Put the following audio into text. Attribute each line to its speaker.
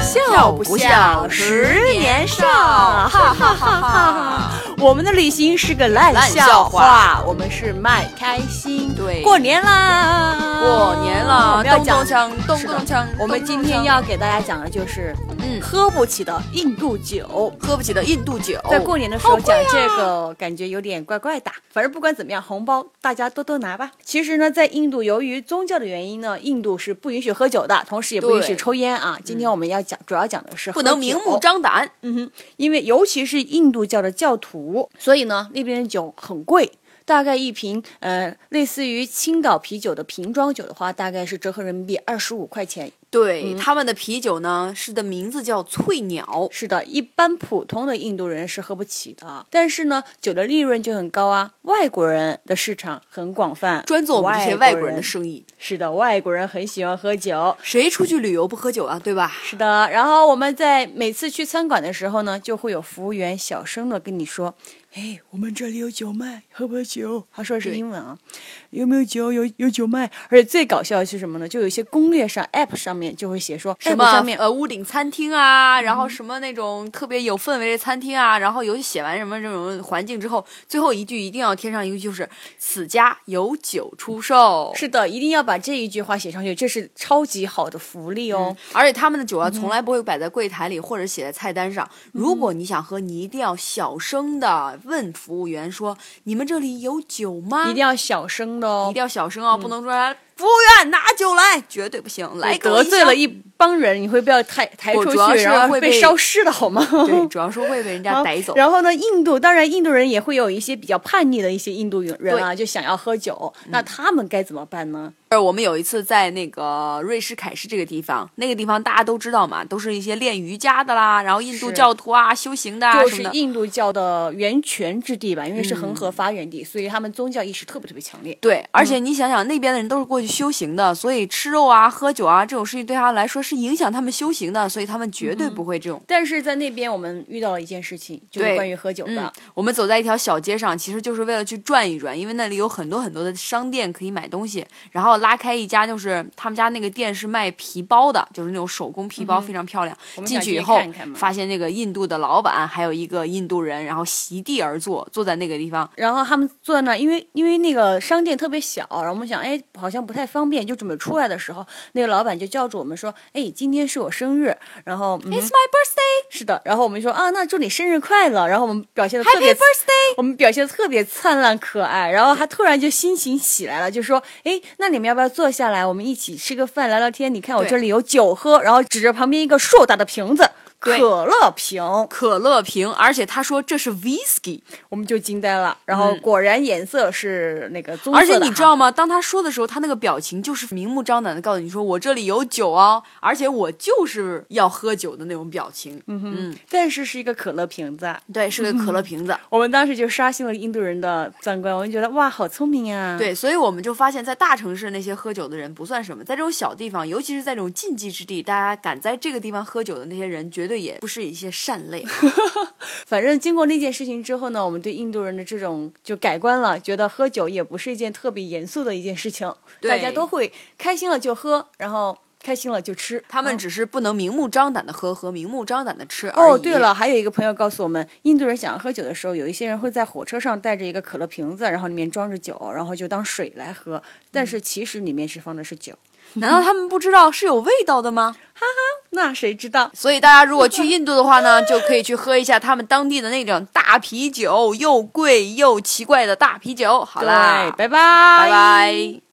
Speaker 1: 笑不笑十年少，哈哈哈哈！
Speaker 2: 我们的旅行是个烂
Speaker 1: 烂
Speaker 2: 笑
Speaker 1: 笑
Speaker 2: 话
Speaker 1: 话，
Speaker 2: 我们是卖开心。
Speaker 1: 对
Speaker 2: 过年啦！
Speaker 1: 过年
Speaker 2: 我
Speaker 1: 了，
Speaker 2: 们要
Speaker 1: 咚咚
Speaker 2: 讲，
Speaker 1: 锵，咚
Speaker 2: 是
Speaker 1: 咚
Speaker 2: 的
Speaker 1: 锵。
Speaker 2: 我们
Speaker 1: 咚咚
Speaker 2: 今天
Speaker 1: 锵
Speaker 2: 要给大家讲的就是
Speaker 1: 嗯
Speaker 2: 喝不起的印度酒。
Speaker 1: 喝不起的印度酒，
Speaker 2: 在过年的时候讲这个，感觉有点怪怪的。反正不管怎么样，红包大家多多拿吧。其实呢，在印度，由于宗教的原因呢，印度是不允许喝酒的，同时也不允许
Speaker 1: 对
Speaker 2: 抽烟啊。今天我们要讲，主要讲的是
Speaker 1: 不能
Speaker 2: 喝酒
Speaker 1: 明目张胆。
Speaker 2: 嗯哼，因为尤其是印度教的教徒，所以呢，那边的酒很贵。大概一瓶，呃，类似于青岛啤酒的瓶装酒的话，大概是折合人民币二十五块钱。
Speaker 1: 对，他们的啤酒呢，是的名字叫翠鸟。
Speaker 2: 是的，一般普通的印度人是喝不起的，但是呢，酒的利润就很高啊。外国人的市场很广泛，
Speaker 1: 专做我们这些外国人的生意，
Speaker 2: 是的，外国人很喜欢喝酒。
Speaker 1: 谁出去旅游不喝酒啊？对吧？
Speaker 2: 是的，然后我们在每次去餐馆的时候呢，就会有服务员小声的跟你说：“哎，我们这里有酒卖，喝不喝酒？”他说的是
Speaker 1: 对
Speaker 2: 英文啊，有没有酒？有有酒卖。而且最搞笑的是什么呢？就有一些攻略上 App 上面就会写说
Speaker 1: 什
Speaker 2: App
Speaker 1: 么
Speaker 2: 上面
Speaker 1: 呃屋顶餐厅啊，然后什么那种特别有氛围的餐厅啊，然后尤其写完什么这种环境之后，最后一句一定要添上一句就是“此家有酒出售”。
Speaker 2: 是的，一定要把这一句话写上去，这是超级好的福利哦。
Speaker 1: 而且他们的酒啊，从来不会摆在柜台里或者写在菜单上。如
Speaker 2: 嗯
Speaker 1: 果你想喝，你一定要小声的问服务员说：“你们这里有酒吗？”
Speaker 2: 一定要小声的哦
Speaker 1: 一定，要小声哦，不能说来服务员拿酒来，绝对不行，来
Speaker 2: 你
Speaker 1: 给
Speaker 2: 得
Speaker 1: 我
Speaker 2: 罪了
Speaker 1: 一
Speaker 2: 一帮人，你会不要抬抬
Speaker 1: 我
Speaker 2: 出
Speaker 1: 主要
Speaker 2: 去，
Speaker 1: 是
Speaker 2: 然后
Speaker 1: 会
Speaker 2: 被
Speaker 1: 被
Speaker 2: 烧尸的好吗？
Speaker 1: 箱。对，主要是会被人家
Speaker 2: 好
Speaker 1: 逮走。
Speaker 2: 啊然后呢，印度当然印度人也会有一些比较叛逆的一些印度人啊，就想要喝酒，
Speaker 1: 嗯
Speaker 2: 那他们该怎么办呢？
Speaker 1: 而我们有一次在那个瑞士凯诗这个地方，那个地方大家都知道嘛，都是一些练瑜伽的啦，然后印度
Speaker 2: 是
Speaker 1: 教徒啊、修行的啊
Speaker 2: 就
Speaker 1: 什
Speaker 2: 是
Speaker 1: 么的。
Speaker 2: 印度教的源泉之地吧，因为是恒河发源地，所以他们宗教意识特别特别强烈。
Speaker 1: 对，而
Speaker 2: 嗯
Speaker 1: 且你想想，那边的人都是过去修行的，所以吃肉啊、喝酒啊这种事情对他来说是影响他们修行的，所以他们绝
Speaker 2: 嗯
Speaker 1: 对不会这种。
Speaker 2: 但是在那边我们遇到了一件事情，就是
Speaker 1: 对嗯
Speaker 2: 关于喝酒的。
Speaker 1: 我们走在一条小街上，其实就是为了去转一转，因为那里有很多很多的商店可以买东西。然后拉开一家，就是他们家那个店是卖皮包的，就是那种手工皮包，非常漂亮。
Speaker 2: 嗯我们
Speaker 1: 进
Speaker 2: 想
Speaker 1: 去以
Speaker 2: 去
Speaker 1: 后，
Speaker 2: 看看嘛
Speaker 1: 发现那个印度的老板还有一个印度人，然后席地而坐，坐在那个地方。
Speaker 2: 然后他们坐在那儿，因为因为那个商店特别小，然后我们想，哎，好像不太方便，就准备出来的时候，那个老板就叫住我们说，哎，今天是我生日，然后、嗯、
Speaker 1: It's my birthday,
Speaker 2: 是的，然后我们就说啊，那祝你生日快乐。然后我们表现的特
Speaker 1: happy
Speaker 2: 别，
Speaker 1: birthday。
Speaker 2: 我们表现的特别灿烂可爱。然后他突然就心情起来了，就说：“哎，那你们要不要坐下来，我们一起吃个饭，聊聊天？你看我
Speaker 1: 对
Speaker 2: 这里有酒喝。”然后指着旁边一个硕大的瓶子，可
Speaker 1: 对
Speaker 2: 乐瓶，
Speaker 1: 可乐瓶，而且他说这是 whisky，
Speaker 2: 我们就惊呆了。然后果然颜色是那个棕
Speaker 1: 嗯
Speaker 2: 色
Speaker 1: 而
Speaker 2: 的啊哈，
Speaker 1: 且你知道吗？当他说的时候，他那个表情就是明目张胆的告诉你说我这里有酒哦，而且我就是要喝酒的那种表情。嗯哼，
Speaker 2: 但是是一个可乐瓶子啊。
Speaker 1: 对，是个可乐瓶子。
Speaker 2: 我们当时就刷新了印度人的三观，我就觉得哇，好聪明啊！。
Speaker 1: 对，所以我们就发现，在大城市那些喝酒的人不算什么，在这种小地方，尤其是在这种禁忌之地，大家敢在这个地方喝酒的那些人，绝对也不是一些善 类。
Speaker 2: 反正经过那件事情之后呢，我们对印度人的这种就改观了，觉得喝酒也不是一件特别严肃的一件事情，
Speaker 1: 对
Speaker 2: 大家都会开心了就喝，然后开心了就吃。
Speaker 1: 他们只是不能明目张胆的喝和明目张胆的吃而已。
Speaker 2: 哦，对，了，还有一个朋友告诉我们，印度人想要喝酒的时候，有一些人会在火车上带着一个可乐瓶子，然后里面装着酒，然后就当水来喝，但
Speaker 1: 嗯
Speaker 2: 是其实里面是放的是酒。
Speaker 1: 难道他们不知道是有味道的吗？
Speaker 2: 那谁知道？
Speaker 1: 所以大家如果去印度的话呢，就可以去喝一下他们当地的那种大啤酒，又贵又奇怪的大啤酒。好啦，
Speaker 2: 对，拜拜，
Speaker 1: 拜拜